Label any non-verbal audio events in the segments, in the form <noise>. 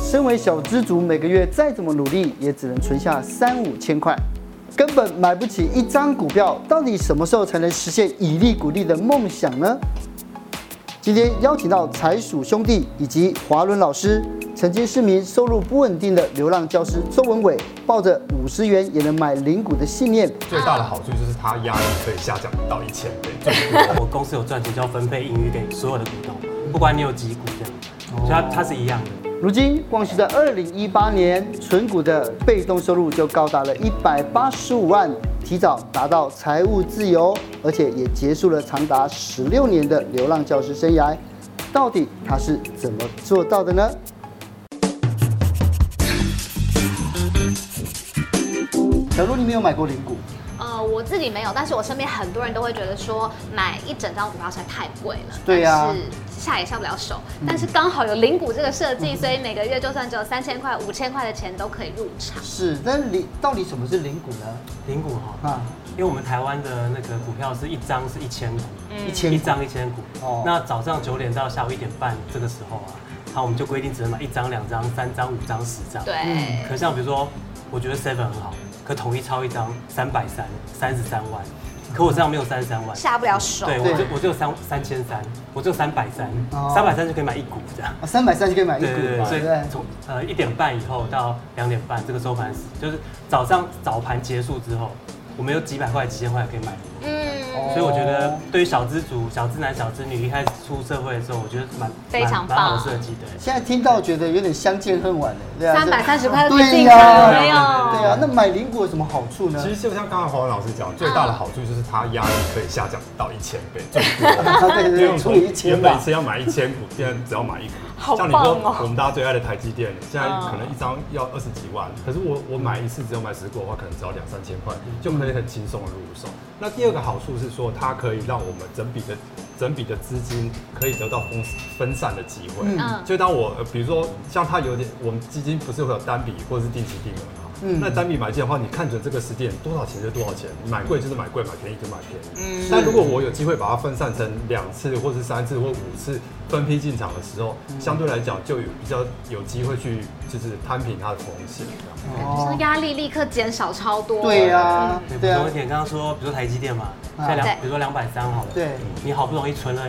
身为小资族，每个月再怎么努力，也只能存下三五千块，根本买不起一张股票。到底什么时候才能实现以利股利的梦想呢？今天邀请到财鼠兄弟以及华伦老师，曾经是名收入不稳定的流浪教师周文伟，抱着五十元也能买零股的信念，最大的好处就是它压力可以下降到一千倍。我公司有赚钱就要分配盈余给所有的股东，不管你有几股这样，哦所以它它是一样的。如今，光是在二零一八年，纯股的被动收入就高达了一百八十五万，提早达到财务自由，而且也结束了长达十六年的流浪教师生涯。到底他是怎么做到的呢？小鹿，你没有买过零股，呃，我自己没有，但是我身边很多人都会觉得说买一整张股票实在太贵了，对嗯啊但是下也下不了手。但是刚好有零股这个设计，所以每个月就算只有三千块、五千块的钱都可以入场。是，但零到底什么是零股呢？零股哈，啊，因为我们台湾的那个股票是一张是一千股，一嗯千一股张一千股哦。那早上九点到下午一点半这个时候啊，好，我们就规定只能买一张、两张、三张、五张、十张。对，。嗯可像比如说，我觉得 Seven 很好，可统一超一张三百三，三十三万，可我身上没有三十三万。下不了手。对，我对就我就三三千三，我就三百三哦，三百三就可以买一股这样。啊三百三就可以买一股对对对，嘛，所对以不对？从呃一点半以后到两点半这个收盘时，就是早上早盘结束之后，我们有几百块、几千块可以买。哦嗯，所以我觉得对于小资族、小资男、小资女一开始出社会的时候，我觉得蛮非常蛮蛮好棒设计的。现在听到觉得有点相见恨晚了，对啊，三百三十块就对进呀、场了没对有？啊，那买零股有什么好处呢其？实就像刚才黄文老师讲，最大的好处就是它压力可以下降到一千倍，最啊对对因为我对，们除以一千原本一吧。次要买一千股，现在只要买一股。好像你棒说哦我们大家最爱的台积电，现嗯在可能一张要二十几万，可是我我买一次只有买十股的话，可能只要两三千块，就可以很轻松的入手。那第二个好处是说，它可以让我们整笔的整笔的资金可以得到分分散的机会。嗯就当我呃比如说像它有点，我们基金不是会有单笔或者是定期定额吗？嗯那单笔买进的话，你看准这个时点多少钱就多少钱，买贵就是买贵，买便宜就买便宜。嗯那如果我有机会把它分散成两次，或是三次，或五次分批进场的时候，相对来讲就有比较有机会去就是摊平它的风险。感觉上压力立刻减少超多。对呀、啊，对，比对如啊说，你刚刚说，比如说台积电嘛，啊现在两对比如说两百三好了，对，你好不容易存了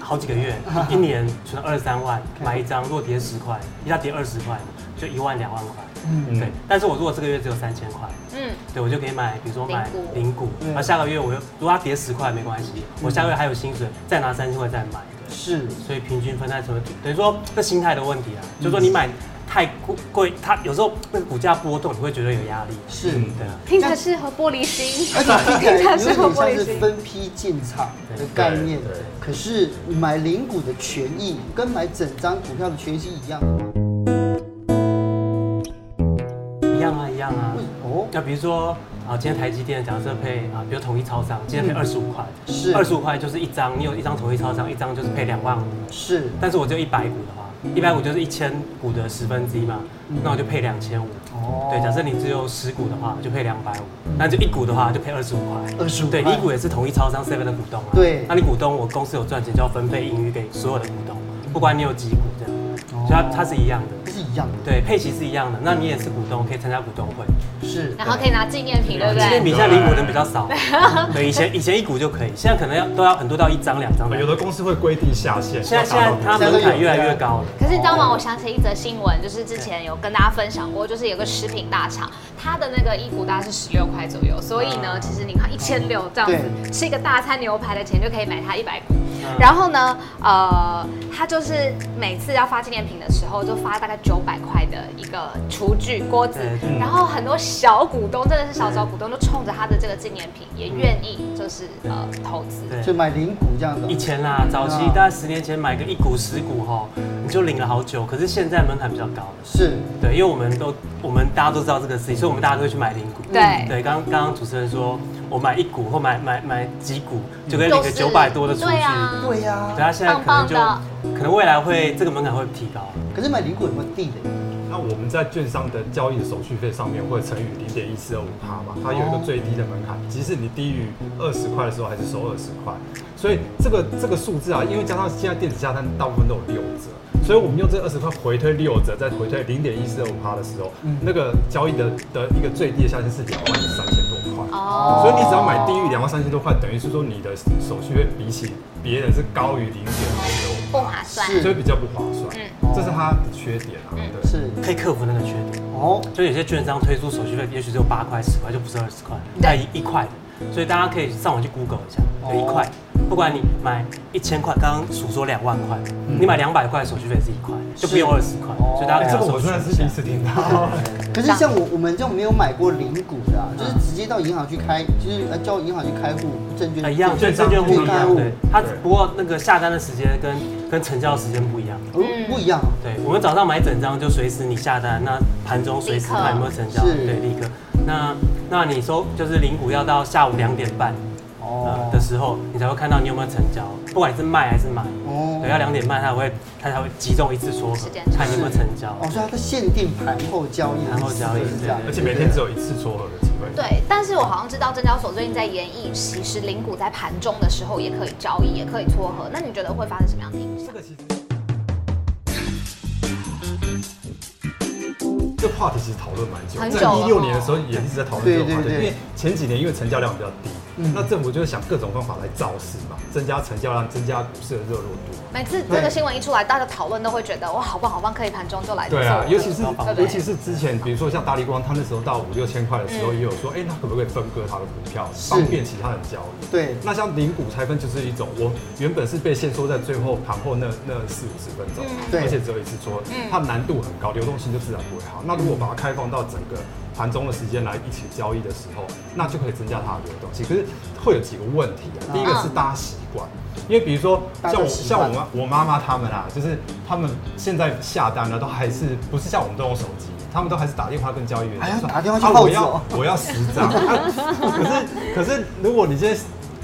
好几个月，一年存了二三万，买一张，如果跌十块，一下跌二十块，就一万两万块，嗯，对。但是我如果这个月只有三千块，嗯，对，我就可以买，比如说买零股零股，对嗯然后下个月我又如果它跌十块没关系，我下个月还有薪水，再拿三千块再买，对是，所以平均分散成本，等于说这心态的问题啊，嗯就是说你买太贵贵，它有时候那个股价波动，你会觉得有压力，是嗯对啊。听起来适合玻璃心。而 <laughs> 且听起来有点适合像玻璃是心。分批进场的概念对对对，可是买零股的权益跟买整张股票的权益是一样的。一样啊，一样啊为。哦，那比如说啊，今天台积电假设配啊，比如统一超商，今天配嗯二十五块，是二十五块就是一张，你有一张统一超商，一张就是配两万五，是但是我只有一百股的话，一百股就是一千股的十分之一嘛，那我就配两千五。嗯哦对，假设你只有十股的话，就配两百五，那就一股的话就配二十五块。 25对，块你一股也是统一超商 seven 的股东啊。对那你股东，我公司有赚钱就要分配盈余给所有的股东，不管你有几股这样，所以它它是一样的。是一样的，对，配齐是一样的，那你也是股东，可以参加股东会。是然后可以拿纪念品，对不今天对？比现在零股人比较少， <laughs> 对，以前以前一股就可以，现在可能要都要很多到一张两张我才们哦有的公司会规定下限，现在现在它它门槛越来越高了。哦可是你知道吗？我想起一则新闻，就是之前有跟大家分享过，就是有个食品大厂，它的那个一股大概是十六块左右，所以呢，其实你嗯看一千六这样子，吃一个大餐牛排的钱就可以买它一百股。然后呢，呃，它就是每次要发纪念品的时候，就发大概九百块的一个厨具锅子对，嗯然后很多小股东真的是小小股东，就冲着它的这个纪念品也愿意就是呃投资。对就买零股这样的以。前啦，早期大概十年前买个一股十股吼，你就领了好久。可是现在门槛比较高了，是，对，因为我们都我们大家都知道这个事情，所以我们大家都会去买零股。对对，刚刚刚主持人说，我买一股或买买买几股就可以领个就是九百多的出去。对啊对呀对，他现在可能就棒棒可能未来会这个门槛会提高。可是买零股有没有地雷？那我们在券商的交易的手续费上面会乘以零点一四二五帕嘛，它有一个最低的门槛，即使你低于二十块的时候，还是收二十块。所以这个这个数字啊，因为加上现在电子下单大部分都有六折，所以我们用这二十块回推六折，再回推零点一四五趴的时候，那个交易的的一个最低的下限是两万三千多块。哦所以你只要买低于两万三千多块，等于是说你的手续费比起别人是高于零点一不划算，是所以比较不划算。嗯这是它的缺点啊。嗯对，是可以克服那个缺点。哦，就有些券商推出手续费，也许只有八块、十块，就不是二十块，对在一一块的，所以大家可以上网去 Google 一下，有一块，不管你买一千块，刚刚数说两万块，你买两百块手续费是一块，就不用二十块，所以大家哎可以这上个手我去真的是第一一次听下到。可是像我我们这种没有买过零股的、啊，就是直接到银行去开，就是呃叫银行去开户证呃券一样，对对证券户一样，对对，它对不过那个下单的时间跟跟成交时间不一样。哦不一样啊，对，我们早上买整张就随时你下单，那盘中随时看有没有成交，立刻对，立刻。那那你收就是零股要到下午两点半呃哦的时候，你才会看到你有没有成交，不管你是卖还是买，哦对，要两点半它才会它才会集中一次撮合时间，看你有没有成交。哦，所以它是限定盘后交易，盘后交易是这样， <laughs> 而且每天只有一次撮合的机会。对，但是我好像知道证交所最近在研议，其实零股在盘中的时候也可以交易，也可以撮合。那你觉得会发生什么样的影响这？个其实。这个话题其实讨论蛮久，很久在了一六年的时候也一直在讨论这个话题，对对对因为前几年因为成交量比较低，嗯那政府就是想各种方法来造势嘛，增加成交量，增加股市的热络度。每次这个新闻一出来，大家讨论都会觉得哇，好棒好棒，可以盘中就来做。对啊，尤其是对不对尤其是之前，比如说像大力光，他那时候到五六千块的时嗯候，也有说，哎、那可不可以分割他的股票，是方便其他人交易？对那像零股拆分就是一种，我原本是被限缩在最后盘后那那四五十分钟，对而且只有一次撮合嗯，它难度很高，流动性就自然不会好。那如嗯果把它开放到整个盘中的时间来一起交易的时候，那就可以增加它的流动性。可是会有几个问题啊，第一个是大家习惯。因为比如说大家像我都习惯像我妈我妈妈他们啊，就是他们现在下单了，都还是不是像我们都用手机，他们都还是打电话跟交易员还要说哎打电话去啊报我纸哦要我要十张。啊可是可是，如果你今天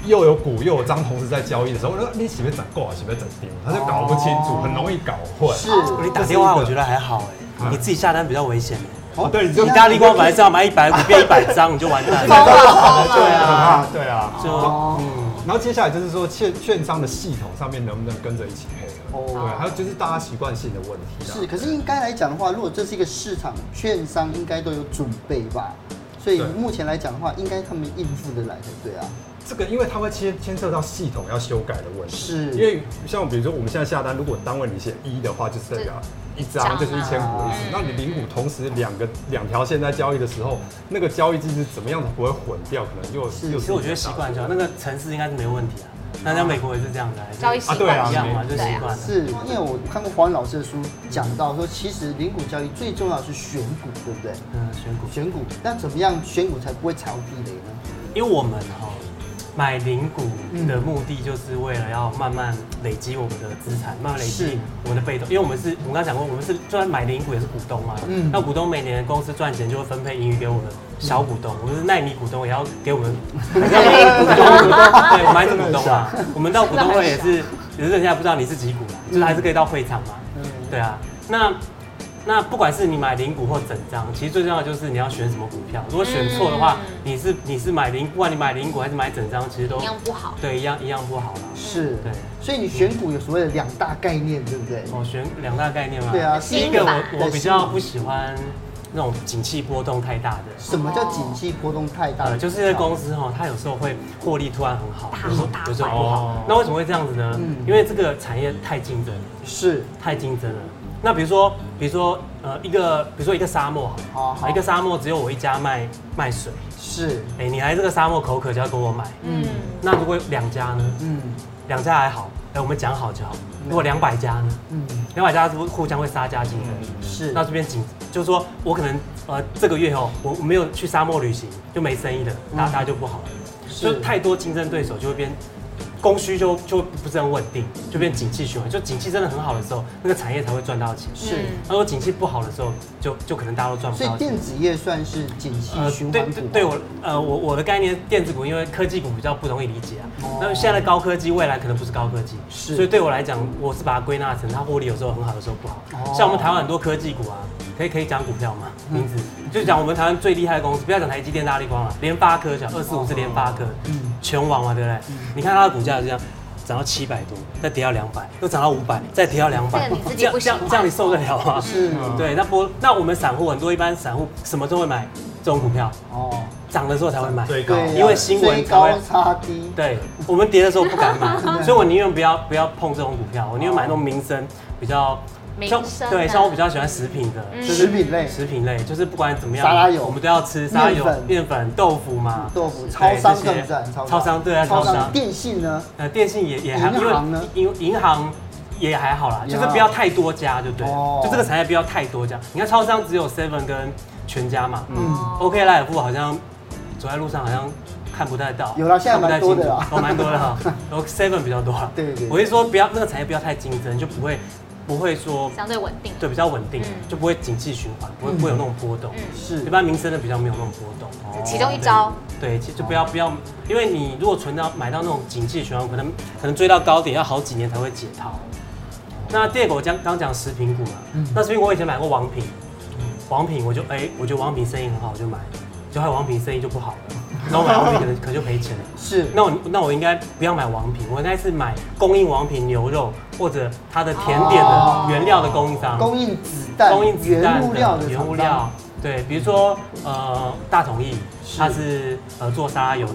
又有股又有张同时在交易的时候，那你喜不喜欢整够啊，喜不喜欢整丢，他就搞不清楚，很容易搞混。是哦你打电话这是一个我觉得还好哎，嗯你自己下单比较危险哎。哦，对，你就你大力光本来是要买一百股变一百张，你就完蛋了。对啊，对啊。就哦嗯，然后接下来就是说券券商的系统上面能不能跟着一起配合？哦对，还有就是大家习惯性的问题啊啦。是，可是应该来讲的话，如果这是一个市场，券商应该都有准备吧？所以对目前来讲的话，应该他们应付得来的，对啊。这个，因为它会牵牵涉到系统要修改的问题。是因为像比如说我们现在下单，如果单位你写一的话，就是代表一张就是一千股的意思嗯。那你零股同时两个两条线在交易的时候，那个交易机制怎么样都不会混掉，可能又是又其实我觉得习惯就好，那个城市应该是没问题啊。那像美国也是这样的啊，还是交易习啊对啊惯一样嘛，就习对啊惯了。是因为我看过黄老师的书，讲到说，其实零股交易最重要的是选股，对不对？嗯，选股，选股，那怎么样选股才不会踩到地雷呢？因为我们哈、买零股的目的就是为了要慢慢累积我们的资产，慢慢累是积我们的被动，因为我们是我们刚刚讲过，我们是就算买零股也是股东嘛，嗯那股东每年公司赚钱就会分配盈余给我们小股东，嗯我们是奈米股东也要给我们， <laughs> 还是要给股东，对，我们还是股东嘛， <laughs> 我们到股东会也是，只是人家不知道你是几股啦，就是还是可以到会场嘛，嗯，对啊，那那不管是你买零股或整张，其实最重要的就是你要选什么股票。如果选错的话，嗯你是你是买零，不管你买零股还是买整张，其实都一样不好。对一样一样不好啦。是对，哦所以你选股有所谓的两大概念，对不对？我选两大概念嘛。对啊，是第一个心法我我比较不喜欢那种景气波动太大的。什么叫景气波动太大呃，？就是这个公司哈、它有时候会获利突然很好，大有时候大有时候坏不哦好。那为什么会这样子呢？嗯因为这个产业太竞争了，是太竞争了。那比如说，比如说，呃，一个，比如说一个沙漠好了，哦好好一个沙漠只有我一家卖卖水，是，哎、你来这个沙漠口渴就要跟我买。嗯，那如果有两家呢？嗯两家还好，哎、我们讲好就好。如果两百家呢？嗯两百家是不是互相会杀价竞争？是那这边紧，就是说我可能呃这个月哦，我我没有去沙漠旅行就没生意了，大嗯大家就不好了。是就太多竞争对手就会变，供需就就不是很稳定，就变景气循环。就景气真的很好的时候，那个产业才会赚到钱。是，嗯那如果景气不好的时候，就就可能大家都赚不所以到钱呃电。子业算是景气循对环股对吗，对我呃我我的概念电子股，因为科技股比较不容易理解啊哦。那、现在的高科技未来可能不是高科技，是所以对我来讲，我是把它归纳成它获利有时候很好，有时候不好。哦嗯像我们台湾很多科技股啊，可以可以讲股票嘛，名字、就讲我们台湾最厉害的公司，不要讲台积电、大力光了，联发科讲二四五是联发科，嗯拳王嘛，对不对？你看它的股价是这样。涨到七百多，再跌到两百，又涨到五百，再跌到两百这个你自，己这样不这喜欢样这样你受得了吗？是对，那波那我们散户很多，一般散户什么时候会买这种股票？哦，涨的时候才会买。最高对啊，因为新闻追高差低，对，我们跌的时候不敢买，所以我宁愿不要不要碰这种股票，我宁愿买那种民生比较。民像生对，的像我比较喜欢食品的，嗯食品类食品类就是不管怎么样，沙拉油我们都要吃沙拉面油粉、面粉、豆腐嘛。豆腐对超商这些更赞，超商对啊，超商。电信呢？呃，电信也也还，银行呢因为银银行也还好啦，也就还是好不要太多家，就对了哦，就这个产业不要太多家。你看超商只有 Seven 跟全家嘛，嗯， OK 莱尔富好像走在路上好像看不太到，有啦现在看不太蛮多的啦清楚哦，蛮多 <laughs> 的哈。然后 Seven 比较多啦。对对对我是说不要那个产业不要太竞争，就不会不会说相对稳定。对比较稳定，嗯就不会景气循环，不会不会有那种波动。嗯是一般民生的比较没有那种波动。哦这其中一招对，其实就不要不要，因为你如果存到买到那种景气循环股，可能可能追到高点要好几年才会解套。那第二个我刚刚讲食品股嘛，嗯那食品股我以前买过王品，王品我就哎、我觉得王品生意很好，我就买，就后来王品生意就不好了，然后我买王品可能可能就赔钱了。 <laughs> 是那我那我应该不要买王品，我应该是买供应王品牛肉或者它的甜点哦的原料的供应商，供应子弹、啊供应子原弹物料的原物厂商料，对，比如说呃大统一，是嗯它是呃做沙拉油的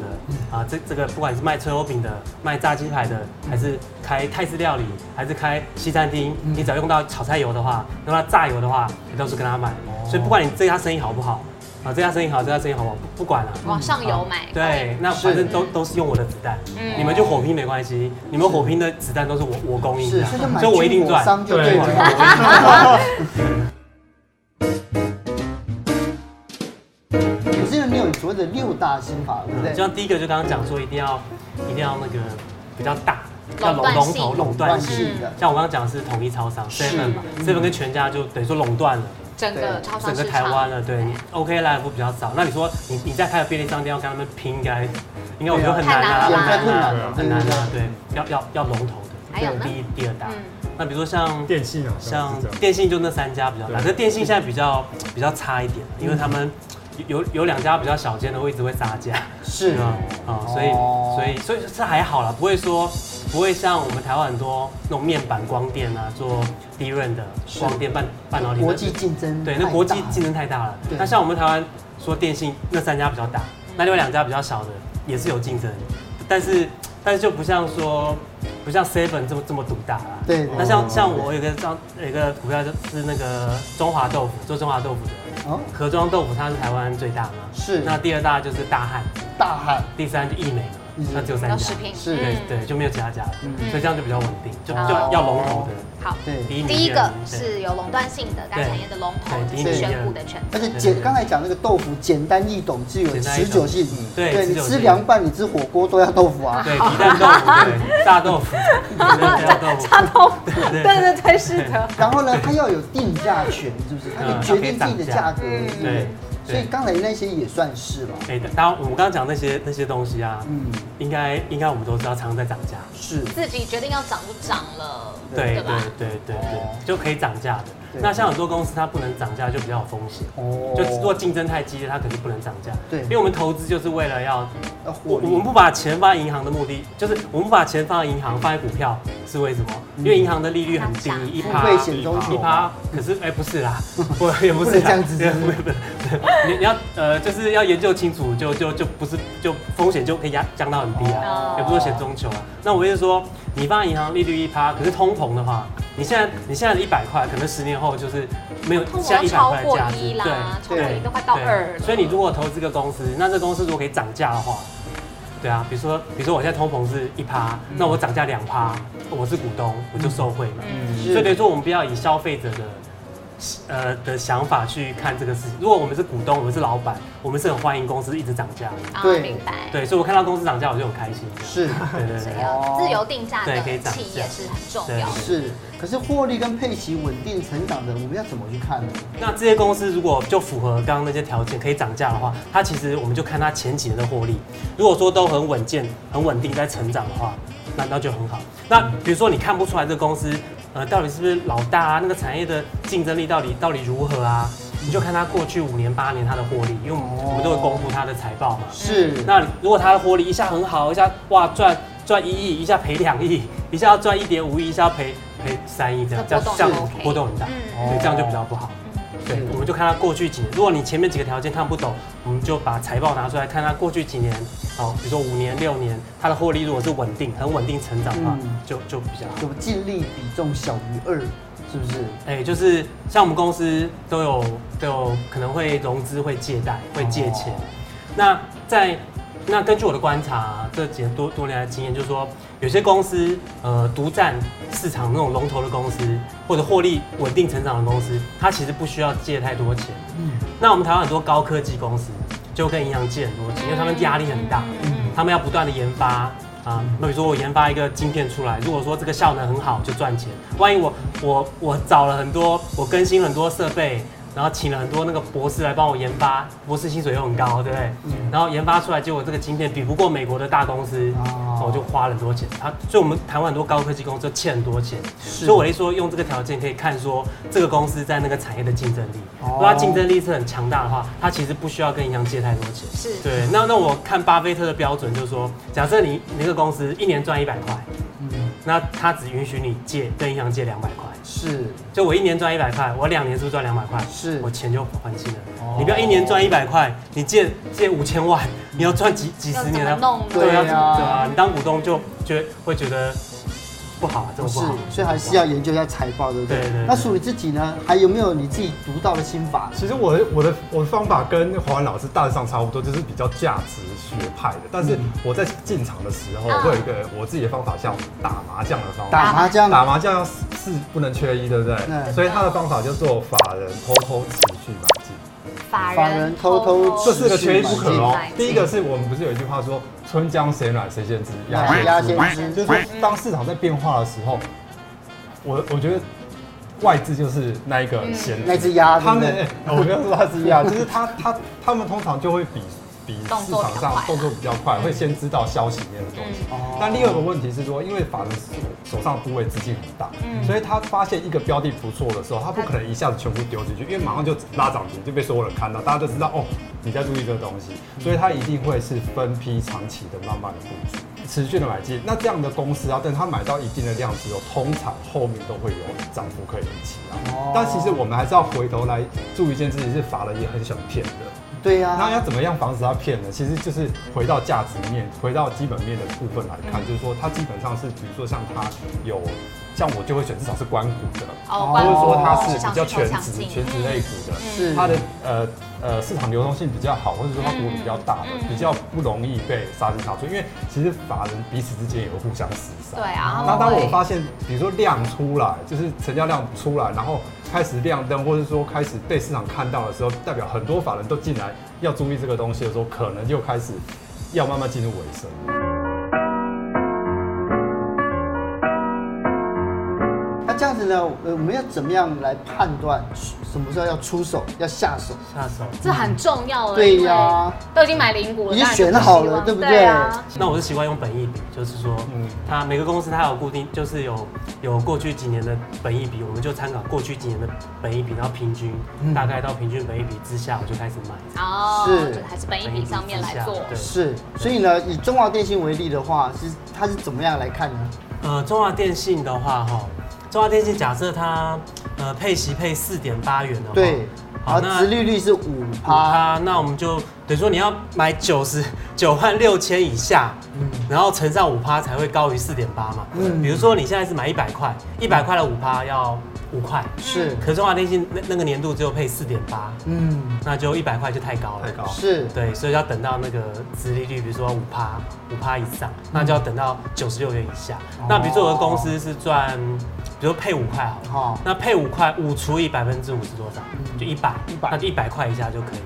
啊、这这个不管是卖车油饼的、卖炸鸡排的，嗯还是开泰式料理，还是开西餐厅，嗯你只要用到炒菜油的话，用到炸油的话，你都是跟他买。哦所以不管你这家生意好不好，啊这家生意好，这家生意好不好，不不管了、啊往上游买，对，那反正都都是用我的子弹，嗯你们就火拼没关系，你们火拼的子弹都是我我供应是，的啊所以就，买嗯所以我一军定火赚。商就对对了。可是 <laughs> 你有所谓的六大心法，对不就对？像第一个就刚刚讲说，一定要一定要那个比较大，叫垄断龙性头垄断断性。性的，像我刚刚讲的是统一超商是 seven 嘛，seven 跟全家就等于说垄断了整个对超商整个市台湾啊场。了。对，OK 来福比较少。那你说你你再开个便利商店要跟他们拼，应该应该我觉得很难啊，太也难太了困难了，很难对啊对。对对，要要要龙头的，还有呢第一第二大嗯。那比如说像电信好像像是这样，电信就那三家比较大，对可是电信现在比较比较差一点，因为他们有有有两家比较小间的，会一直会杀价。是对啊，啊，所以哦所以所以这还好啦，不会说不会像我们台湾很多那种面板光电啊，做低润的是光电半半导体的，国际竞争对，那国际太大了竞争太大了对。那像我们台湾说电信那三家比较大，那另外两家比较小的也是有竞争，但是但是就不像说不像 Seven 这么这么独大啦。对对哦那像对像我有一个张有一个股票就是那个中华豆腐，做中华豆腐的哦壳装豆腐，它是台湾最大嘛，是那第二大就是大汉。大汉第三就一美了嗯，那只有三要家，食品是对嗯对，就没有其他家了，嗯所以这样就比较稳定，就哦就要龙头的。好，对。第一名第一个名是有垄断性的，该产业的龙头对就第一是名选股 <laughs> 的权而责。且简刚才讲那个豆腐简单易懂，具有简单易持懂久性。对对持你久吃性凉拌，你吃火锅都要豆腐啊。对皮蛋豆腐， <laughs> 对炸豆腐，对炸豆腐，大豆腐，对对对对，是的。然后呢，它要有定价权，是不是？它可以嗯决定自己的价格，嗯对不对对？所以对。刚才那些也算是了。哎，当然我们刚刚讲那些那些东西啊，嗯，应该应该我们都知道，常常在涨价，是自己决定要涨就涨了，对对吧？对对哦对，就可以涨价的对。那像很多公司它不能涨价，就比较有风险。哦就如果竞争太激烈，它肯定不能涨价。对因为我们投资就是为了要要我获我们利，不把钱放在银行的目的，就是我们不把钱放在银行，放在股票是为什么？因为银行的利率很低，一富趴贵险中一求。趴。可是哎，不是 <laughs> 啦，我也不不是能这样子对 <laughs> 不不不你你要呃，就是要研究清楚，就就就不是就风险就可以压降到很低哦啊，也不是说险中求啊。那我就是说，你放在银行利率一趴，可是通膨的话，你现在你现在的一百块，可能十年后就是没有通现在膨一都百超块的过价值一，对啦，超过对一都快到对二了。所以你如果投资个公司，那这个公司如果可以涨价的话，对啊，比如说比如说我现在通膨是一趴，嗯那我涨价两趴，我是股东，我就受惠嘛。嗯，是所以等于说我们不要以消费者的。呃的想法去看这个事情。如果我们是股东，我们是老板，我们是很欢迎公司一直涨价的。啊，对明白。对，所以我看到公司涨价，我就很开心。这样是对对所对以，要自由定价的对可以涨企业价是很重要的。是，可是获利跟配息稳定成长的，我们要怎么去看呢？那这些公司如果就符合刚刚那些条件可以涨价的话，它其实我们就看它前几年的获利，如果说都很稳健、很稳定在成长的话，那那就很好。那比如说你看不出来这个公司，呃，到底是不是老大啊？那个产业的竞争力到底到底如何啊？你就看它过去五年、八年它的获利，因为我们哦我们都会公布它的财报嘛。是，那如果它的获利一下很好，一下哇赚赚一亿，一下赔两亿，一下要赚一点五亿，一下要赔赔三亿，这样这这样这波动样就 OK 波动很大，嗯对，这样就比较不好。对，我们就看它过去几年。如果你前面几个条件看不懂，我们就把财报拿出来看它过去几年，好，比如说五年、六年，它的获利如果是稳定、很稳定成长的话嗯，就就比较好。就净利比重小于二，是不是？哎，就是像我们公司都有都有可能会融资、会借贷、会借钱。那在那根据我的观察，啊这几年多多年来的经验，就是说有些公司呃独占市场那种龙头的公司，或者获利稳定成长的公司，它其实不需要借太多钱。那我们台湾很多高科技公司就跟银行借很多钱，因为他们压力很大，嗯他们要不断的研发啊。那比如说我研发一个晶片出来，如果说这个效能很好就赚钱，万一我我我找了很多，我更新了很多设备，然后请了很多那个博士来帮我研发，博士薪水又很高，对不对？嗯然后研发出来，结果这个晶片比不过美国的大公司，哦我就花了很多钱。他所以我们台湾很多高科技公司就欠很多钱，是所以我的意思说用这个条件可以看说这个公司在那个产业的竞争力，哦如果它竞争力是很强大的话，它其实不需要跟银行借太多钱。是对，那那我看巴菲特的标准就是说，假设你你那个公司一年赚一百块，嗯，那他只允许你借跟银行借两百块。是就我一年赚一百块，我两年是不是赚两百块？是我钱就还清了。哦你不要一年赚一百块，你借借五千万，你要赚几几要十怎年么啊弄呢？对对啊，啊对啊，你当股东就觉得会觉得不好啊，这不么是不好。？所以还是要研究一下财报，对不对？对对对那属于自己呢，还有没有你自己独到的心法？其实我的我的我的方法跟华文老师大致上差不多，就是比较价值学派的。但嗯是我在进场的时啊候，嗯会有一个我自己的方法，像打麻将的方法。打麻将，打麻将是是不能缺一，对不对？嗯所以他的方法就是做法人偷偷持续买进，法法人嗯人偷偷这持续四个缺一不可哦买。进第一个是我们不是有一句话说“春江水暖谁先知，买鸭鸭先知先哦就知，是说，当市场在变化的时候，我我觉得外资就是那一个先知嗯那只鸭，对他不们，对哎我没有说他是 <laughs> 一样，就是他他他们通常就会比比动市作场比较上快啊动作比较快，会先知道消息面的东西。哦那另外一个问题是说，因为法人手上部位资金很大，嗯所以他发现一个标的不错的时候，他不可能一下子全部丢进去，因为马上就拉涨停就被所有人看到，大家就知道哦你在注意这个东西，所以他一定会是分批长期的慢慢的布局。持续的买进，那这样的公司啊，等它买到一定的量之后，通常后面都会有涨幅可以预期啊。哦但其实我们还是要回头来注意一件事情，是法人也很喜欢骗人。对呀、那要怎么样防止他骗呢？其实就是回到价值面、回到基本面的部分来看，嗯就是说它基本上是，比如说像它有，像我就会选至少是关股的，哦或关者注说它市嗯是场比较需求全强职、劲全职类股的，是它的呃呃市场流动性比较好，或者说它股比较大嗯嗯的，比较不容易被杀进杀出，因为其实法人彼此之间也会互相厮杀。对啊，那他当们我会发现，比如说量出来，就是成交量出来，然后开始亮灯，或者说开始被市场看到的时候，代表很多法人都进来要注意这个东西的时候，可能就开始要慢慢进入尾声。那这样子呢，呃，我们要怎么样来判断什么时候要出手、要下手？下手。这很重要了，对呀，都已经买零股了，已经当然就选好不希了望对不对对啊？那我是习惯用本益比，就是说，嗯它每个公司它有固定，就是有有过去几年的本益比，我们就参考过去几年的本益比，然后平均、嗯大概到平均本益比之下，我就开始买。哦，是就还是本一笔上面来做，对是，所以呢，以中华电信为例的话，是它是怎么样来看呢？呃，中华电信的话，哈，中华电信假设它呃配息配四点八元的话，对，好好，那殖利率是五趴，啊，那我们就等于说你要买九十九万六千以下，然后乘上五趴才会高于四点八嘛。嗯比如说你现在是买一百块，一百块的五趴要五块，是，可是中华电信那那个年度只有配四点八，嗯，那就一百块就太高了。太高是，对，所以要等到那个殖利率，比如说五趴、五趴以上，那就要等到九十六元以下。那比如说有个公司是赚，比如说配五块好了，好那配五块，五除以百分之五是多少？就一百， 100那就一百块以下就可以，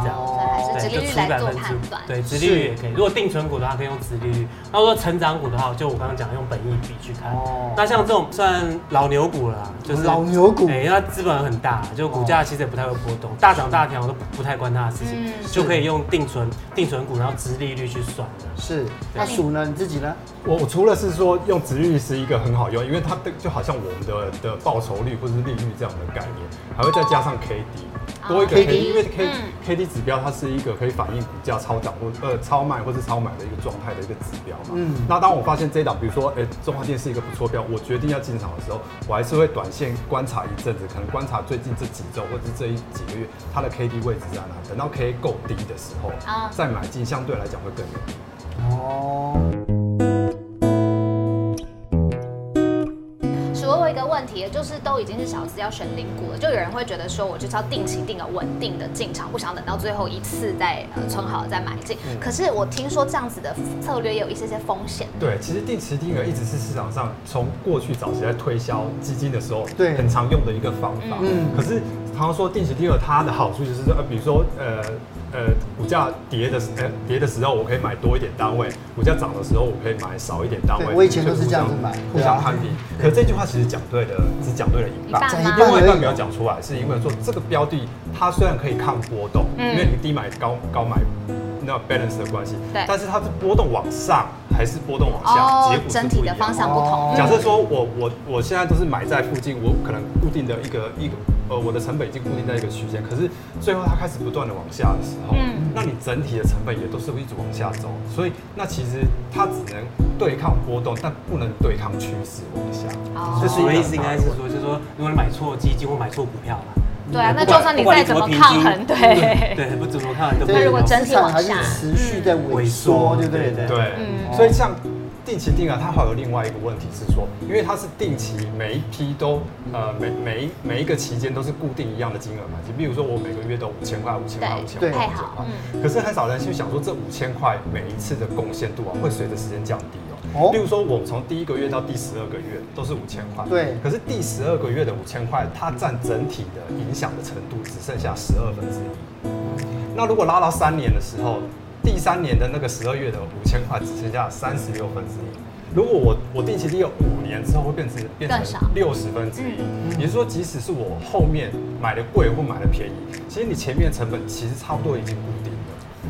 这样。哦这还是殖利率来做判断。对，殖利率也可以。如果定存股的话，可以用殖利率；那如果成长股的话，就我刚刚讲用本益比去看。哦那像这种算老牛股了啦，就是老牛股哎、它资本很大，就股价其实也不太会波动，大涨大跌我都不不太关它的事情，嗯就可以用定存定存股，然后殖利率去算的。是。那对鼠呢？你自己呢？我我除了是说用值率是一个很好用，因为它的就好像我们的的报酬率或是利率这样的概念，还会再加上 K D。多一个 KD K D，因为 K 嗯 K D 指标它是一个可以反映股价超涨或呃超卖或是超买的一个状态的一个指标嘛。嗯那当我发现这一档，比如说哎、中华电是一个不错标，我决定要进场的时候，我还是会短线观察一阵子，可能观察最近这几周或者是这一几个月它的 K D 位置在哪，等到 K 够低的时候、啊再买进，相对来讲会更容易。哦，所以我有一个问题，就是都已经是小资要选零股了，就有人会觉得说，我就是要定期定额稳定的进场，不想等到最后一次再呃存好了再买进。可是我听说这样子的策略也有一些些风险。对，其实定期定额一直是市场上从过去早期在推销基金的时候，对很常用的一个方法。嗯嗯，可是常常说定期定额它的好处就是，呃，比如说，呃呃，股价跌的时呃跌的时候，我可以买多一点单位；股价涨的时候，我可以买少一点单位对。我以前都是这样子买互对啊相攀比。可这句话其实讲对了，只讲对了一半一半，讲一半另外一而半已没有讲出来，是因为说这个标的它虽然可以抗波动，嗯因为你低买高高买。那 balance 的关系，对但是它是波动往上还是波动往哦下，结果是整不体一的样方向不同。哦假设说我我我现在都是买在附近，我可能固定的一个一个呃我的成本已经固定在一个区间，可是最后它开始不断的往下的时候，嗯那你整体的成本也都是一直往下走，所以那其实它只能对抗波动，但不能对抗趋势往下。哦就是我的意思是应该是说，就是说，如果你买错基金或买错股票了，嗯对啊，那不就管算你不管再怎么平抗均衡，对，对，不怎么抗衡都不那如果能真市场还是持续在萎缩，嗯对不对？对对，嗯所以像定期定额，它还有另外一个问题是说，因为它是定期每一批都呃每每一每一个期间都是固定一样的金额买进，比如说我每个月都五千块、五千块、对五千对块、太五千好嗯块，可是很少人去想说这五千块每一次的贡献度啊会随着时间降低哦哦。例如说我从第一个月到第十二个月都是五千块，对可是第十二个月的五千块，它占整体的影响的程度只剩下十二分之一。那如果拉到三年的时候，第三年的那个十二月的五千块只剩下三十六分之一。如果我我定期定有五年之后会变成变成更少嗯六十分之一，也就是说，即使是我后面买的贵或买的便宜，其实你前面的成本其实差不多已经固定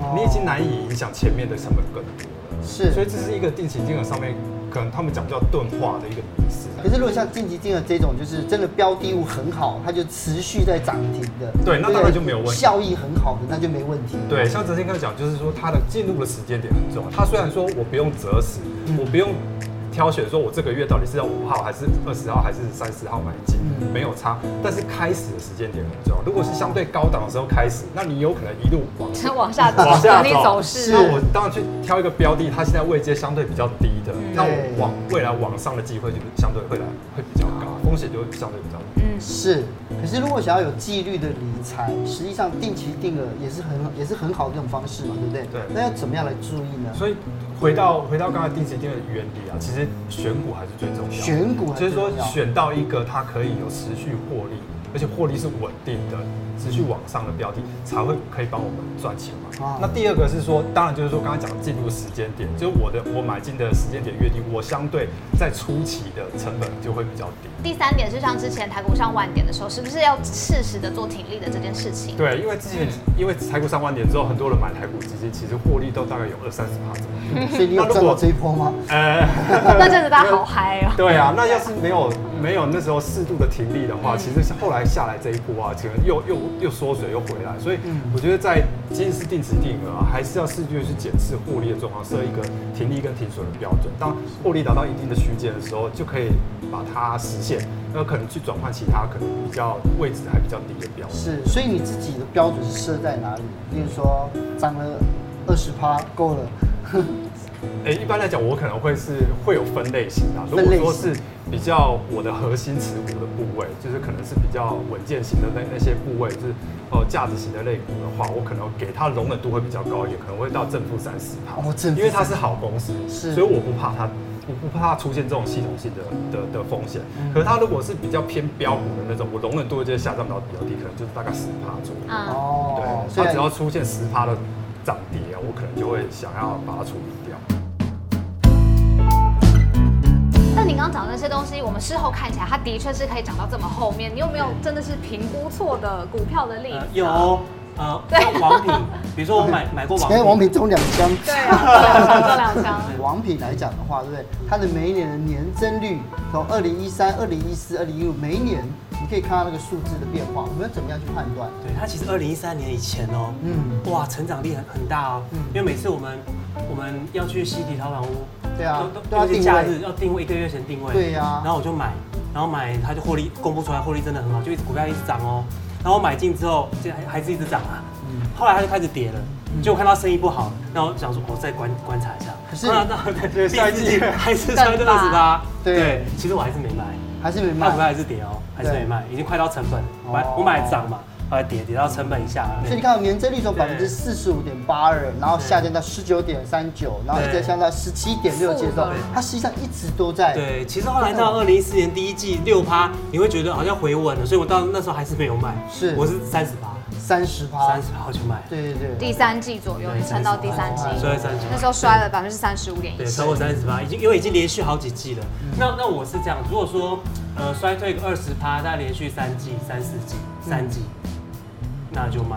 哦了，你已经难以影响前面的成本更多了。是所以这是一个定期定额上面可能他们讲叫钝化的一个迷思。可是如果像晋级金额这种，就是真的标的物很好，它就持续在涨停的，对那当然就没有问题效益很好的，那就没问题。对，像哲信刚讲，就是说它的进入的时间点很重要。它虽然说我不用择时，嗯我不用挑选说我这个月到底是要五号还是二十号还是三十号买进，嗯没有差。但是开始的时间点很重要。如果是相对高档的时候开始，那你有可能一路往嗯，往下走，往下整理走，走势那我当然去挑一个标的，它现在位阶相对比较低的，那我嗯对哦往未来往上的机会就是相对会来会比较高，风险就会相对比较低。嗯，是，可是如果想要有纪律的理财，实际上定期定额也是很也是很好的一种方式嘛，对不对？对那要怎么样来注意呢？所以回到回到刚才定期定额的原理啊，其实选股还是最重要的。选股还就是是说重要选到一个它可以有持续获利，而且获利是稳定的、持续往上的标的，才会可以帮我们赚钱哦嘛。那第二个是说，当然就是说刚才讲的进入时间点，就是我的我买进的时间点越低，我相对在初期的成本就会比较低。第三点是像之前台股上万点的时候，是不是要适时的做停利的这件事情？对，因为之前因为台股上万点之后，很多人买台股基金，其实获利都大概有二三十趴左右。 <laughs> 所以你有赚到这一波吗？呃，那阵子大家好嗨哦。对啊，那要是没有没有那时候适度的停利的话，其实是后来下来这一波啊，可能又又又缩水又回来，所以我觉得在今是定时定额、啊，还是要适度地去检视获利的状况，设一个停利跟停损的标准。当获利达到一定的区间的时候，就可以把它实现，那可能去转换其他可能比较位置还比较低的标准。是，所以你自己的标准是设在哪里？例如说涨了二十趴够了， <laughs> 诶、一般来讲，我可能会是会有分类型的啊。如分类果说型是比较我的核心持股的部位，就是可能是比较稳健型的那那些部位，就是呃价值型的类股的话，我可能给它容忍度会比较高一点，可能会到正负三十趴。哦正负因为它是好公司，是所以我不怕它，我不怕它出现这种系统性的的的风险。嗯可是它如果是比较偏标股的那种，我容忍度就下降到比较低，可能就是大概十趴左右。嗯，哦对，所以它只要出现十趴的涨跌啊，我可能就会想要把它处理掉。但你刚刚讲的那些东西，我们事后看起来，它的确是可以讲到这么后面。你有没有真的是评估错的股票的例子呃啊？有呃，对像王品，比如说我买买过 <laughs> 今天王王品，品中两枪。对啊，中两枪。王品来讲的话，对不对？它的每一年的年增率从二零一三、二零一四、二零一五，每一年你可以看到那个数字的变化，我们要怎么样去判断？对，它其实二零一三年以前哦，嗯嗯，哇，成长力很很大哦，嗯因为每次我们我们要去西堤淘宝屋，对啊都都要都都是定假位日要定位，一个月前定位，对呀然后我就买，然后买它就获利公布出来，获利真的很好，就一直股票一直涨哦，然后我买进之后，这还还是一直涨啊，嗯后来它就开始跌了。就看到生意不好，然后想说，我再观观察一下。可是 <laughs> 那那对下一季第四 <laughs> 还是摔到二十八。对对，其实我还是没买。还是没那股票卖。还是跌哦，还是没卖，已经快到成本了。我哦买我买涨嘛，后来跌跌到成本以下了。所以你看，年增率从百分之对四十五点八二，然后下降到十九点三九，然后一直对降到十七点六接受对，它实际上一直都在。对，其实后来到二零一四年第一季六趴，你会觉得好像回稳了，所以我到那时候还是没有卖。是我是三十八，三十趴，三十八去卖，对对对，第三季左右，你撑到第三季，所以三十那时候摔了百分之三十五点一对，。超过三十八，已经因为已经连续好几季了。嗯那那我是这样，如果说呃衰退个二十趴，大概连续三季、三四季、嗯三季，那就卖。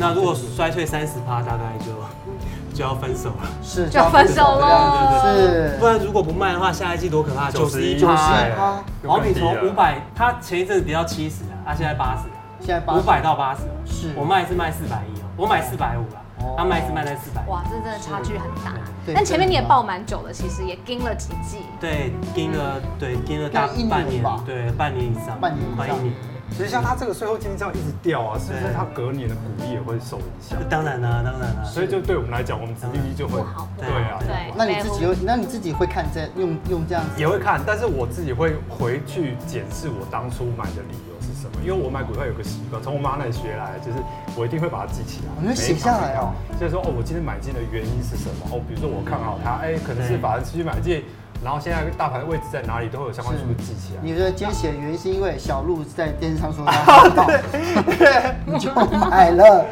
那如果衰退三十趴，大概就就要分手了。是就分手喽是不然如果不卖的话，下一季多可怕！九十一91九十趴，一趴，王品啊从五百，它前一阵子跌到七十啊，它现在八十，现在八五百到八十，啊是我卖是卖四百一哦，我买四百五啦哦，他卖是卖在四百，哇，这真的差距很大对。但前面你也爆蛮久了，其实也盯了几季。对，盯了对盯了大大概一年半年吧，对半年以上，半年以上快一年。其实像它这个税后净利这样一直掉啊，是不是对它隔年的股利也会受影响？当然啦，当然啦，所以就对我们来讲，我们利益就会不好不对好啊，对，那你自己会，那你自己会看这用用这样子，也会看，但是我自己会回去检视我当初买的理由是什么，因为我买股票有个习惯，从我妈那里学来，就是我一定会把它记起来，你会写下来哦每一档股票。就是说，哦，我今天买进的原因是什么？哦，比如说我看好它，哎、可能是对法人持续买进，然后现在大盘位置在哪里，都会有相关数据记起来。你的今天写的原因是因为小鹿在电视上说他很好，你就买了，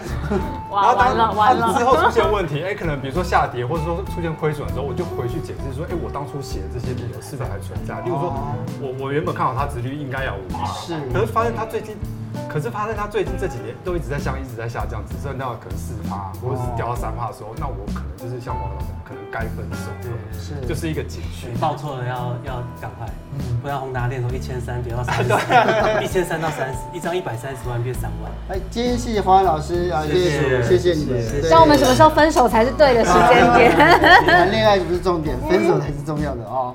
哇，完了完它之了，后出现问题，哎、可能比如说下跌，或者说出现亏损的时候，我就回去检视说，哎、我当初写的这些理由是不是还存在？例如说哦，我我原本看好它值率应该要五趴，是可是发现它最近，可是发现它最近这几年都一直在下，一直在下降，只剩到可能四趴，或者是掉到三趴的时候，那我可能就是像王老师，可能该分手哦了，是就。是一个警讯对，。报错了要要赶快，嗯不然宏达电从一千三跌 <laughs> 到三啊十，一千三到三十，一张一百三十万变三万。哎，今天谢谢黄安老师啊，谢谢谢谢谢谢你谢们。谢对教我们什么时候分手才是对的时间点。嗯啊谈恋爱不是重点，分手才是重要的哦。